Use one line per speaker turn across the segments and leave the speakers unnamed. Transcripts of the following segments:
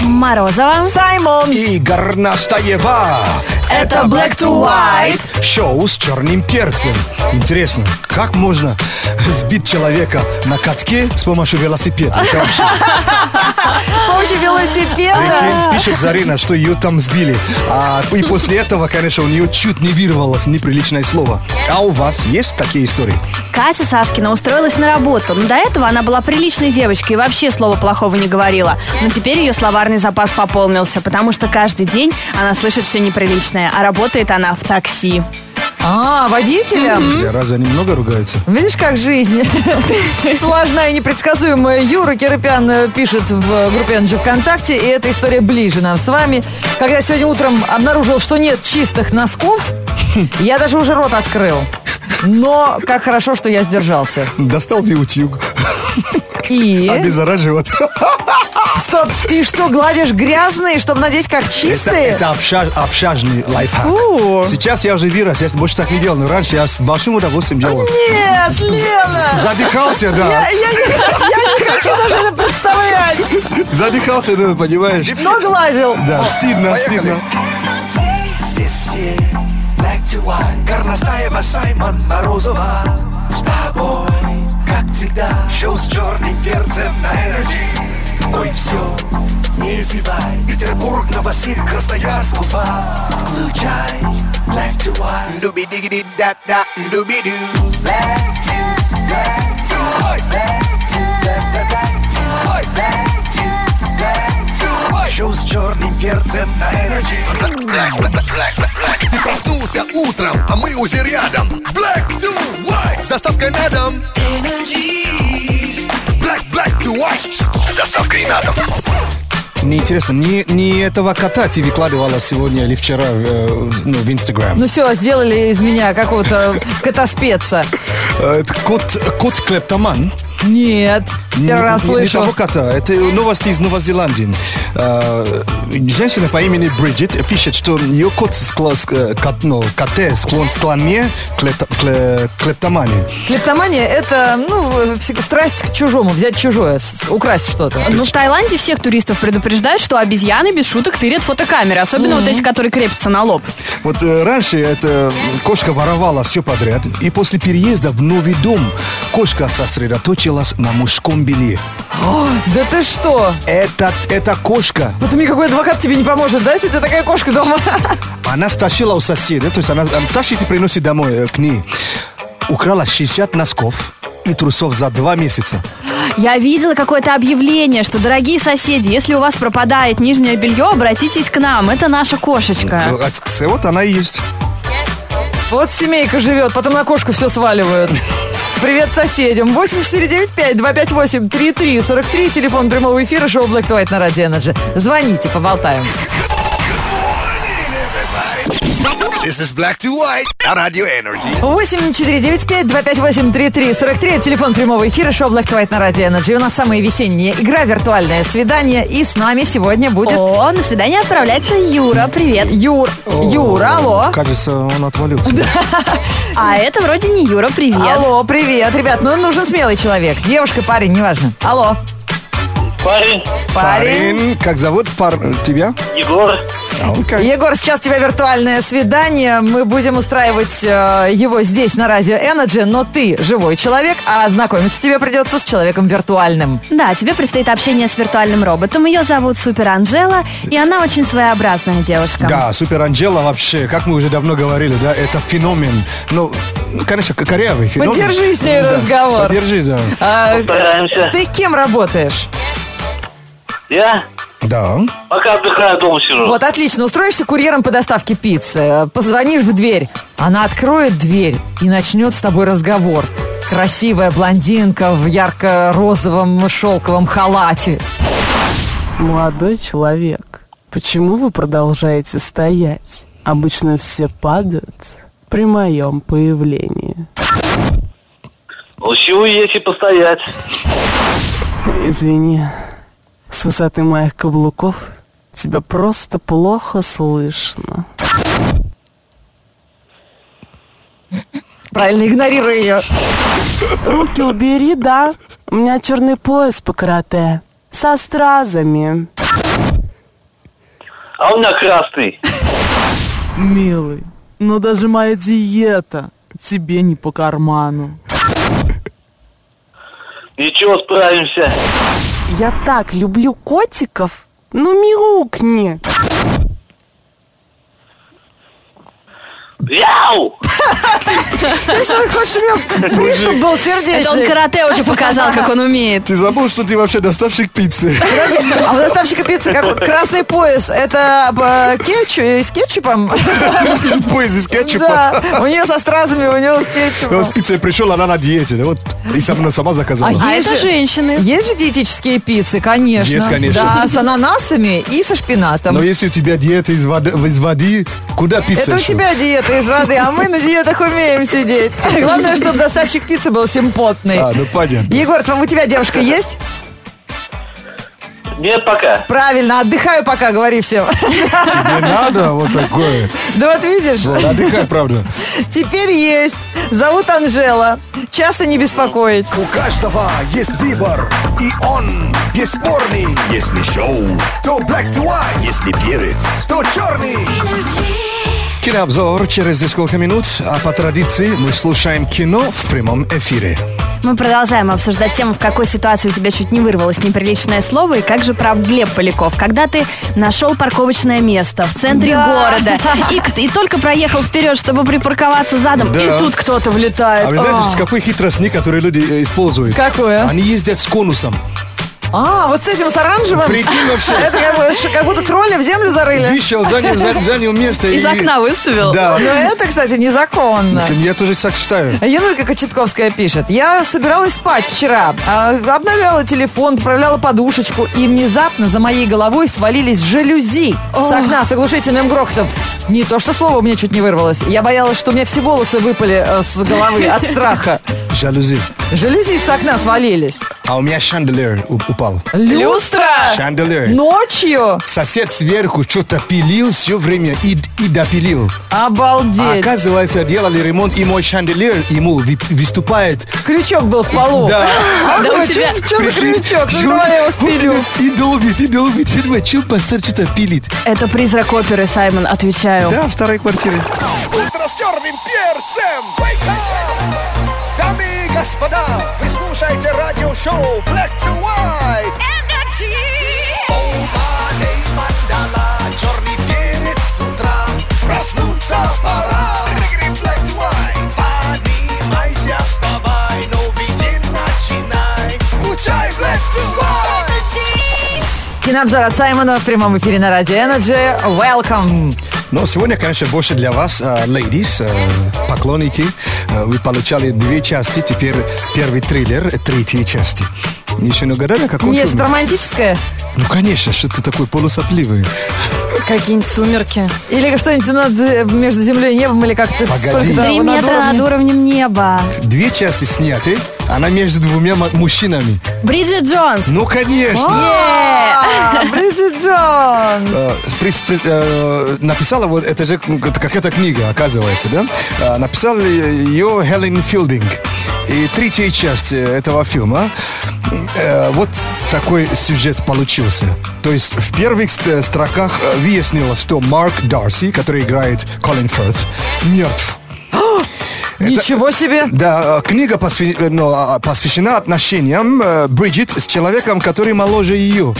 Морозова.
Саймон и Горнастаева.
Это Black to White.
Шоу с черным перцем. Интересно, как можно сбить человека на катке с помощью велосипеда? Это вообще,
С помощью велосипеда.
прикинь, пишет Зарина, что ее там сбили. А, и после этого, конечно, у нее чуть не вырвалось неприличное слово. А у вас есть такие истории?
Кася Сашкина устроилась на работу, но до этого она была приличной девочкой и вообще слова плохого не говорила. Но теперь ее словарный запас пополнился, потому что каждый день она слышит все неприличное, а работает она в такси.
А, водителям?
Бля, Разве они много ругаются?
Видишь, как жизнь сложная и непредсказуемая. Юра Кирпян э, пишет в группе NG ВКонтакте, и эта история ближе нам с вами. Когда сегодня утром обнаружил, что нет чистых носков, я даже уже рот открыл. Но как хорошо, что я сдержался.
Достал мне утюг,
И...
Э?
обеззараживает.
Стоп, ты что, гладишь грязные, чтобы надеть как
Это,
чистые?
это обща- общажный лайфхак.
У.
Сейчас я уже вирус, я больше так не делал, но раньше я с большим удовольствием делал.
Нет, Лена!
Задыхался, да.
Я, я не, я не хочу даже это представлять,
Задыхался, да, понимаешь?
но гладил.
Да, стыдно, стыдно.
Здесь все black to white Горностаева, Саймон, Морозова С тобой, как всегда Шоу с черным перцем на Energy Ой, все, не зевай Петербург, Новосиб, Красноярск, Уфа Включай black to white дуби диги да да дуби ду Black to, black to white Black to, black, black, black to white Black to, black to white Шоу с черным перцем на Energy
Black, black, black, black, black. Ты проснулся утром, а мы уже рядом. Black to white. С доставкой на дом. Black, black to white. С доставкой на дом.
Мне интересно, не, не этого кота ты выкладывала сегодня или вчера э, ну, в Инстаграм?
Ну все, сделали из меня какого-то котоспеца.
Э, это кот, кот Клептоман.
Нет,
Ну, Не-
первый раз
не- Не
слышу.
того кота. Это новости из Новой Зеландии. Э, Женщина по имени Бриджит пишет, что ее кот скло- ск- э, кот, ну, коте склон склоне к лепто- к ле- к клептомании.
Клептомания – это ну, всегда страсть к чужому, взять чужое, с- украсть что-то.
Ну, в Таиланде всех туристов предупреждают, что обезьяны без шуток тырят фотокамеры, особенно вот эти, которые крепятся на лоб.
Вот э, раньше эта кошка воровала все подряд, и после переезда в новый дом кошка сосредоточилась на мужском белье.
Да ты что?
Это, эта кошка,
Вот никакой адвокат тебе не поможет, да, если ты такая кошка дома?
она стащила у соседа, то есть она э, тащит и приносит домой э, к ней, украла 60 носков и трусов за два месяца.
Я видела какое-то объявление, что, дорогие соседи, если у вас пропадает нижнее белье, обратитесь к нам, это наша
А.
кошечка.
Э, э, Вот она и есть.
Вот семейка живет, потом на кошку все сваливают. Привет соседям. 8495-258-3343. Телефон прямого эфира шоу Black to White на Радио Energy. Звоните, поболтаем.
This is black to white. На радио Energy.
8495-258-3343. Телефон прямого эфира шоу Black to White на Радио Energy. И У нас самая весенняя игра «Виртуальное свидание». И с нами сегодня будет
О, на свидание отправляется Юра, привет.
Юр. Юра, алло.
Кажется, он отвалился.
А это вроде не Юра, привет.
Алло, привет, ребят. Ну, нужен смелый человек. Девушка, парень, неважно. Алло.
Парень,
Парень.
Парень, как зовут пар- тебя?
Егор,
А, окей.
Егор, сейчас у тебя виртуальное свидание. Мы будем устраивать э, его здесь, на радио Energy, но ты живой человек, а знакомиться тебе придется с человеком виртуальным.
Да, тебе предстоит общение с виртуальным роботом. Ее зовут Супер Анжела, и она очень своеобразная девушка.
Да, Супер Анджела вообще, как мы уже давно говорили, да, это феномен. Ну, ну, конечно, к- корявый феномен.
Поддержи с ней
Да,
разговор.
Поддержи, да.
А,
стараемся.
ты кем работаешь?
Я
Да.
пока отдыхаю, дома сижу.
Вот, отлично, устроишься курьером по доставке пиццы, э, позвонишь в дверь, она откроет дверь и начнет с тобой разговор. Красивая блондинка в ярко-розовом шелковом халате.
Молодой человек, почему вы продолжаете стоять? Обычно все падают при моем появлении.
Лучше уехать и постоять.
Извини, с высоты моих каблуков тебя просто плохо слышно.
Правильно, игнорируй ее.
Руки убери, да? У меня черный пояс по карате. Со стразами.
а у меня красный.
Милый, но даже моя диета тебе не по карману.
Ничего, справимся.
Я так люблю котиков. Ну, мяукни.
Яу!
Ты что, хочешь, у
Ну
меня приступ был
Это он
сердечный?
карате уже показал, как он умеет.
Ты забыл, что ты вообще доставщик пиццы.
А у доставщика пиццы какой? Красный пояс. Это э, кетчу- э, с кетчупом?
Поезд из кетчупа.
Да. У нее со стразами, у него с
Я Ну, с
кетчупом.
пиццей пришел, она на диете. да, Вот, и сама, сама заказала.
А
А
Есть
это
же-
женщины.
Есть же диетические пиццы, конечно.
Есть, конечно. Ну,
Да, с ананасами и со шпинатом.
Но если у тебя диета из воды, из воды куда пицца?
Это у
еще?
тебя диета из воды, а мы на диетах умеем сидеть. Главное, чтобы доставщик пиццы был симпотный.
А, ну понятно.
Егор, там у тебя девушка есть?
Нет пока.
Правильно, отдыхаю пока, говори всем.
Не надо вот такое.
Да вот видишь,
Вот, отдыхай, правда.
теперь есть. Зовут Анжела. Часто не беспокоить.
У каждого есть выбор, и он бесспорный. Если шоу, то black to white. Если перец, то черный.
Кинообзор через несколько минут, а по традиции мы слушаем кино в прямом эфире.
Мы продолжаем обсуждать тему, в какой ситуации у тебя чуть не вырвалось неприличное слово и как же прав Глеб Поляков. Когда ты нашел парковочное место в центре города и, к- и только проехал вперед, чтобы припарковаться задом,
Да.
и тут кто-то влетает.
А вы знаете,
А.
что какой хитрость некоторые люди э, используют?
Какое?
Они ездят с конусом.
А, вот с этим с оранжевым?
Прикинь вообще.
Это как, бы ш- как будто тролля в землю зарыли.
Вышел, занял, за- занял место.
Из
и-
окна выставил.
Да.
Но это, кстати, незаконно.
Я тоже так считаю.
Юлька Кочетковская пишет. Я собиралась спать вчера. а, Обновляла телефон, поправляла подушечку, и внезапно за моей головой свалились жалюзи с окна с оглушительным грохотом. Не то что слово у меня чуть не вырвалось. Я боялась, что у меня все волосы выпали э, с головы от страха.
Жалюзи.
Жалюзи с окна свалились.
А у меня шанделер у- упал.
Люстра!
Ну.
Шанделер.
Ночью?
Сосед сверху что-то пилил все время и, и допилил. А
Обалдеть!
оказывается, делали ремонт, и мой шанделер ему ви- выступает.
Крючок был в полу.
Да.
Да у тебя-
Что за крючок? Ну, давай я его спилю.
И долбит, и долбит. Я думаю, чё пастор что-то пилит?
Это призрак оперы, Саймон, отвечаю.
Да, в старой квартире.
Утро с черным перцем. Wake up! Дамы и господа, вы слушаете радиошоу Black to White. Ома, лей, мандала, черный перец с утра. Проснуться пора. Black to White. Поднимайся, вставай, новый день начинай. Включай Black to White.
Кинообзор от Саймона в прямом эфире на Радио Energy. Welcome!
Но сегодня, конечно, больше для вас, э, ladies, э, поклонники. Э, Вы получали две части, теперь первый триллер э, третьей части. Еще не угадали, какой
Не,
фильм?
что романтическое?
Ну, конечно, что ты такой полусопливый.
Какие-нибудь сумерки.
Или что-нибудь над, э, между землей и небом, или как-то
Погоди.
столько, да,
Три
вот над
метра над
уровнем.
уровнем неба.
Две части сняты, она между двумя м- мужчинами.
Бриджит Джонс.
Ну, конечно.
А, Бриджит Джонс!
Э, с прис- прис- э, Написала вот, это же ну, как- какая-то книга, оказывается, да? Э, Написала ее Хелен Филдинг. И третья часть э, этого фильма, э, вот такой сюжет получился. То есть в первых ст- строках э, выяснилось, что Марк Дарси, который играет Колин Ферт, мертв.
Ничего себе!
Да, э, книга посвя- э, ну, а, посвящена отношениям э, Бриджит с человеком, который моложе ее.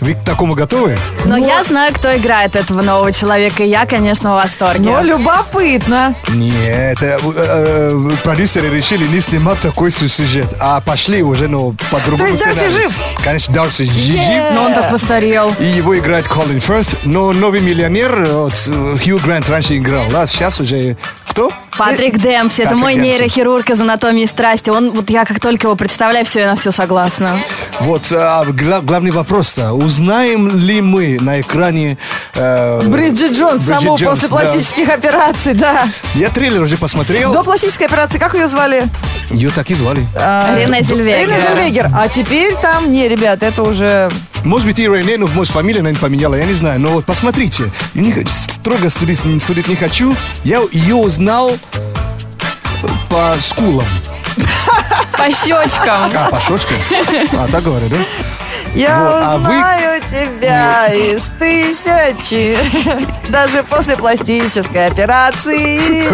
Вы к такому готовы?
Но я знаю, кто играет этого нового человека, и я, конечно, в восторге.
Но любопытно.
Нет, э, э, э, продюсеры решили не снимать такой сю- сюжет, а пошли уже, ну, по другому
То есть Дарси
сценарию.
жив?
Конечно, Дарси жив.
Но он так постарел.
И его играет Колин Ферт, но новый миллионер, вот, э, Хью Грант раньше играл, да, сейчас уже кто?
Патрик Дэмпси, это
Патрик
мой
Дэмпси.
нейрохирург из анатомии страсти. Он, вот я как только его представляю, все, я на все согласна.
Вот а, гла- главный вопрос-то, узнаем ли мы на экране... э,
Бриджит Джонс
Бриджит
само
Джонс,
после
да.
пластических операций, да.
Я трейлер уже посмотрел,
До пластической операции как ее звали?
ее так и звали.
Рене
Ирина
Зельвегер.
Зельвегер. А теперь там, не, ребят, это уже...
Может быть, и Рене, ну, может, фамилия, наверное, поменяла, я не знаю. Но вот посмотрите, я не хочу- строго судить, судить не хочу. Я ее узнал по скулам.
По щечкам.
А, по щечкам? А, так говорю, да? Вот,
Я
а вы-
узнаю тебя из тысячи, даже после пластической операции.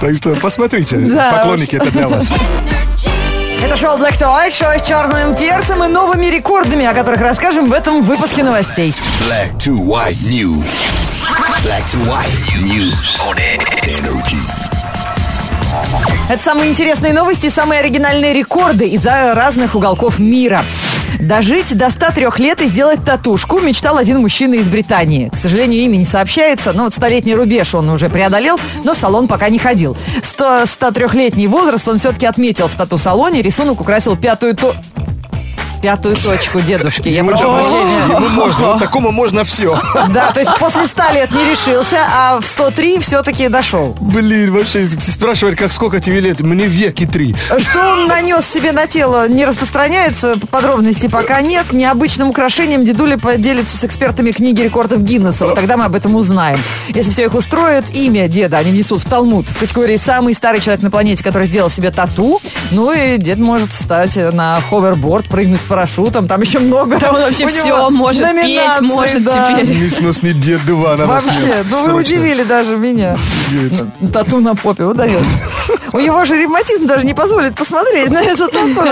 Так что посмотрите,
Да
поклонники, это для вас.
Это шоу Black to White, шоу с черным перцем и новыми рекордами, о которых расскажем в этом выпуске новостей.
Black to white news. Black to white news on energy.
Это самые интересные новости, самые оригинальные рекорды из а, разных уголков мира. Дожить до 103 лет и сделать татушку мечтал один мужчина из Британии. К сожалению, имя не сообщается, но вот столетний рубеж он уже преодолел, но в салон пока не ходил. 100 103-летний возраст он все-таки отметил в тату-салоне, рисунок украсил пятую то... Пятую точку дедушки. Я
Ему
прошу
да,
прощения.
Ему можно, вот такому можно все.
Да, то есть после 100 лет не решился, а в 103 все-таки дошел.
Блин, вообще, ты спрашиваешь, как сколько тебе лет? Мне веки три.
Что он нанес себе на тело, не распространяется, подробностей пока нет. Необычным украшением дедуля поделится с экспертами книги рекордов Гиннесса. Вот тогда мы об этом узнаем. Если все их устроит, имя деда они внесут в Талмуд. В категории «Самый старый человек на планете, который сделал себе тату». Ну и дед может стать на ховерборд, прыгнуть с парашютом. Там еще много.
Там он вообще
у него
все может, петь
номинаций,
может
да.
теперь.
Несносный дед два на нас
Вообще,
нет.
ну вы
Срочно.
удивили даже меня.
Яйца.
Тату на попе удает. У него же ревматизм даже не позволит посмотреть на эту тату.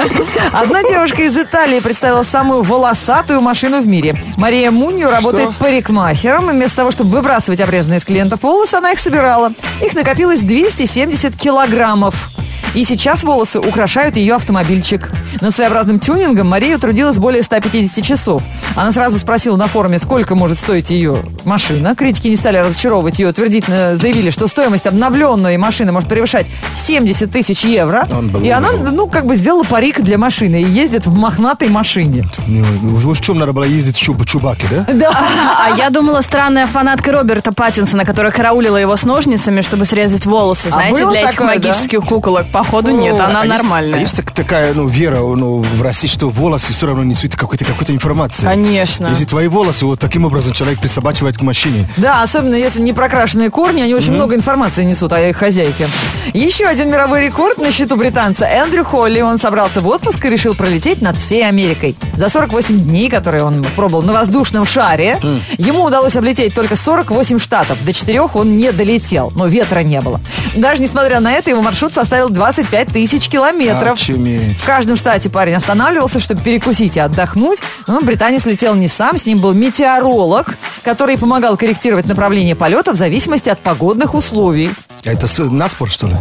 Одна девушка из Италии представила самую волосатую машину в мире. Мария Мунью работает парикмахером, и вместо того, чтобы выбрасывать обрезанные с клиентов волосы, она их собирала. Их накопилось 270 килограммов. И сейчас волосы украшают ее автомобильчик. Над своеобразным тюнингом Мария трудилась более 150 часов. Она сразу спросила на форуме, сколько может стоить ее машина. Критики не стали разочаровывать ее. Утвердительно заявили, что стоимость обновленной машины может превышать 70 тысяч евро.
Он был
И она, ну, как бы сделала парик для машины и ездит в мохнатой машине.
Не, уж- уж в чем надо было ездить чуб, чубаки, да?
А я думала, странная фанатка Роберта Паттинсона, которая караулила его с ножницами, чтобы срезать волосы. Знаете,
было
для этих
такое, да?
магических куколок. Походу, нет, она
А есть- а
нормальная.
Есть, так- такая ну, вера ну, в России, что волосы все равно несут какой-то какой-то информации.
Конечно.
Если твои волосы вот таким образом человек присобачивает к машине.
Да, особенно если не прокрашенные корни, они очень много информации несут о их хозяйке. Еще один мировой рекорд на счету британца Эндрю Холли. Он собрался в отпуск и решил пролететь над всей Америкой. За 48 дней, которые он пробыл на воздушном шаре, ему удалось облететь только 48 штатов. До 4 он не долетел, но ветра не было. Даже несмотря на это, его маршрут составил 25 тысяч километров.
Очуметь.
В каждом штате парень останавливался, чтобы перекусить и отдохнуть. Но британец летел не сам, с ним был метеоролог, который помогал корректировать направление полета в зависимости от погодных условий.
А Это с- на спорт, что ли?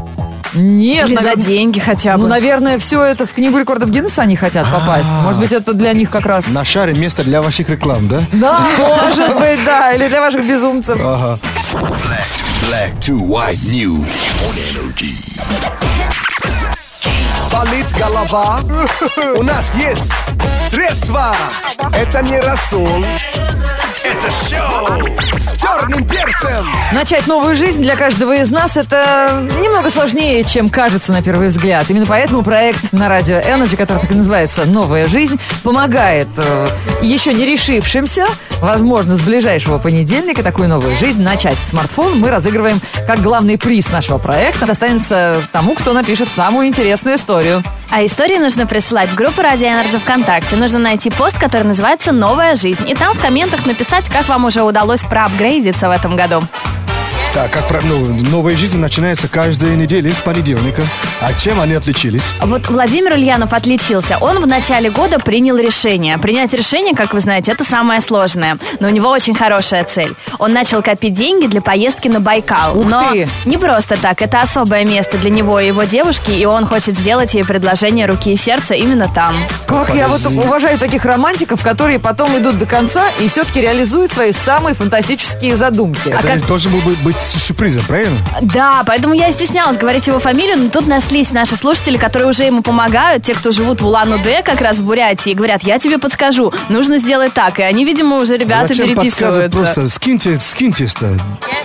Нет,
Или за
наверное,
деньги хотя бы.
ну, наверное, все это в книгу рекордов Гиннесса они хотят попасть. Может быть, это для них как раз.
На шаре место для ваших реклам, да?
Да, может быть, да, или для ваших безумцев.
Black, black to white news on energy. Болит голова. У нас есть средства. Это не рассол. Это шоу с черным перцем.
Начать новую жизнь для каждого из нас это немного сложнее, чем кажется на первый взгляд. Именно поэтому проект на радио Energy, который так и называется «Новая жизнь», помогает э, еще не решившимся, возможно, с ближайшего понедельника такую новую жизнь начать. Смартфон мы разыгрываем как главный приз нашего проекта. Достанется тому, кто напишет самую интересную историю.
А истории нужно присылать в группу Ради Энерджи ВКонтакте. Нужно найти пост, который называется «Новая жизнь». И там в комментах написать, как вам уже удалось проапгрейдиться в этом году.
Так, как про- ну, новая жизнь начинается каждую неделю с понедельника. А чем они отличились?
Вот Владимир Ульянов отличился. Он в начале года принял решение. Принять решение, как вы знаете, это самое сложное. Но у него очень хорошая цель. Он начал копить деньги для поездки на Байкал.
Ух
Но
ты!
не просто так. Это особое место для него и его девушки. И он хочет сделать ей предложение руки и сердца именно там.
Как я вот
Подожди.
уважаю таких романтиков, которые потом идут до конца и все-таки реализуют свои самые фантастические задумки.
Это
А как-
должен был бы быть сю- сюрпризом, правильно?
Да, поэтому я и стеснялась говорить его фамилию, но тут нашлись наши слушатели, которые уже ему помогают, те, кто живут в Улан-Удэ, как раз в Бурятии, и говорят, я тебе подскажу, нужно сделать так. И они, видимо, уже ребята
Зачем подсказывать?
переписываются.
Просто скиньте, скиньте это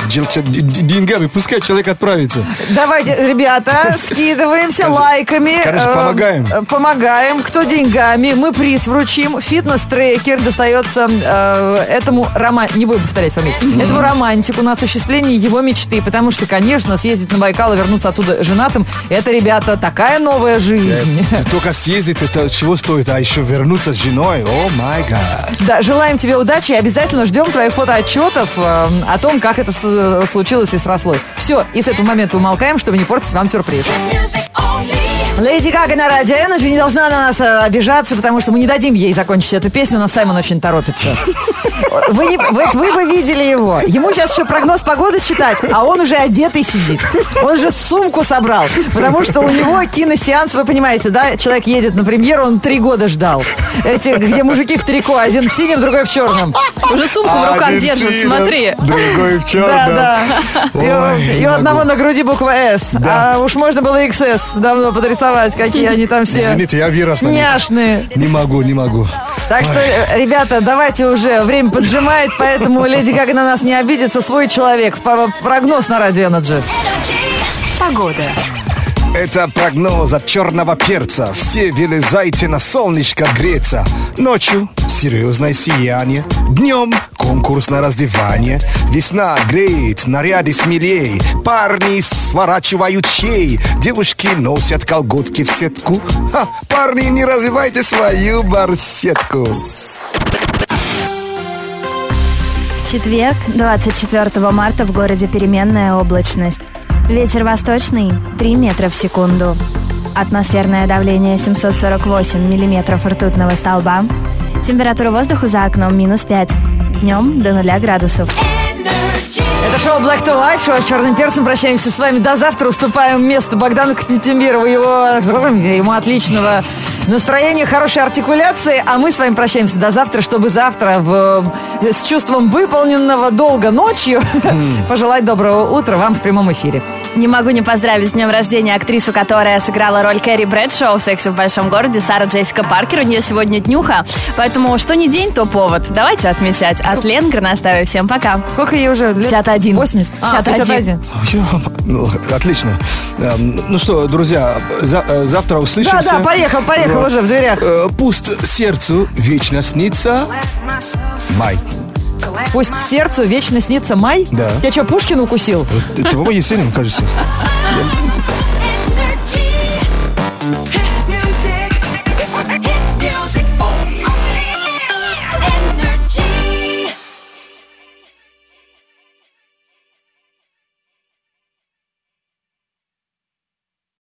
дел- че- д- д- деньгами, пускай человек отправится.
Давайте, ребята, скидываемся лайками.
конечно,
э,
помогаем.
э, Помогаем. Кто деньгами? Мы приз вручим. Фитнес-трекер достается э, этому романтику. Не буду повторять фамилию. Этому романтику на осуществление его его мечты. Потому что, конечно, съездить на Байкал и вернуться оттуда женатым, это, ребята, такая новая жизнь.
Ты Только съездить, это чего стоит, а еще вернуться с женой, о май гад.
Да, желаем тебе удачи и обязательно ждем твоих фотоотчетов э, о том, как это с- э, случилось и срослось. Все, и с этого момента умолкаем, чтобы не портить вам сюрприз. Леди Гага на радио Energy не должна на нас э, обижаться, потому что мы не дадим ей закончить эту песню, но Саймон очень торопится. Вы, не- вот вы бы видели его. Ему сейчас еще прогноз погоды читать, а он уже одетый сидит. Он же сумку собрал, потому что у него киносеанс, вы понимаете, да? Человек едет на премьеру, он три года ждал. Эти, где мужики в трико, один в синем, другой в черном.
Уже сумку в руках держит, смотри.
Другой в
Да,
черном.
да.
Ой,
И у- И
не
у
могу.
одного на груди буква «С».
Да.
А уж можно было XS давно подрисовать, какие они там все
Извините, я вирус на них.
няшные.
Не могу, не могу.
Так что, э, ребята, давайте уже, время поджимает, поэтому Леди Гага на нас не обидится, свой человек. П- Прогноз на Радио Energy.
Погода.
Это прогноз от черного перца. Все вылезайте на солнышко греться. Ночью серьезное сияние. Днем конкурс на раздевание. Весна греет, наряды смелей. Парни сворачивают чей. Девушки носят колготки в сетку. Ха, парни, не развивайте свою барсетку.
В четверг, 24 марта, в городе переменная облачность. Ветер восточный 3 метра в секунду. Атмосферное давление 748 миллиметров ртутного столба. Температура воздуха за окном минус 5. Днем до 0 градусов.
Это шоу Black to White, шоу с черным перцем. Прощаемся с вами до завтра. Уступаем место Богдану Кнетимирову, его, ему отличного настроения, хорошей артикуляции. А мы с вами прощаемся до завтра, чтобы завтра в, э, с чувством выполненного долга ночью
Хм.
пожелать доброго утра вам в прямом эфире.
Не могу не поздравить с днем рождения актрису, которая сыграла роль Кэрри Брэдшоу в «Сексе в большом городе» Сара Джессика Паркер. У нее сегодня днюха, поэтому что не день, то повод. Давайте отмечать. От Лен Горностаевой. Всем пока.
Сколько ей уже? лет?
51.
80? А,
51.
51.
Ну, отлично. Эм, Ну что, друзья, за- э, завтра
Да,
услышимся.
да, поехал, поехал
Вот.
уже в дверях.
Э, Пусть сердцу вечно снится май.
Пусть сердцу вечно снится май.
Да.
Я что, Пушкин укусил?
Это, по-моему, Есенин, кажется.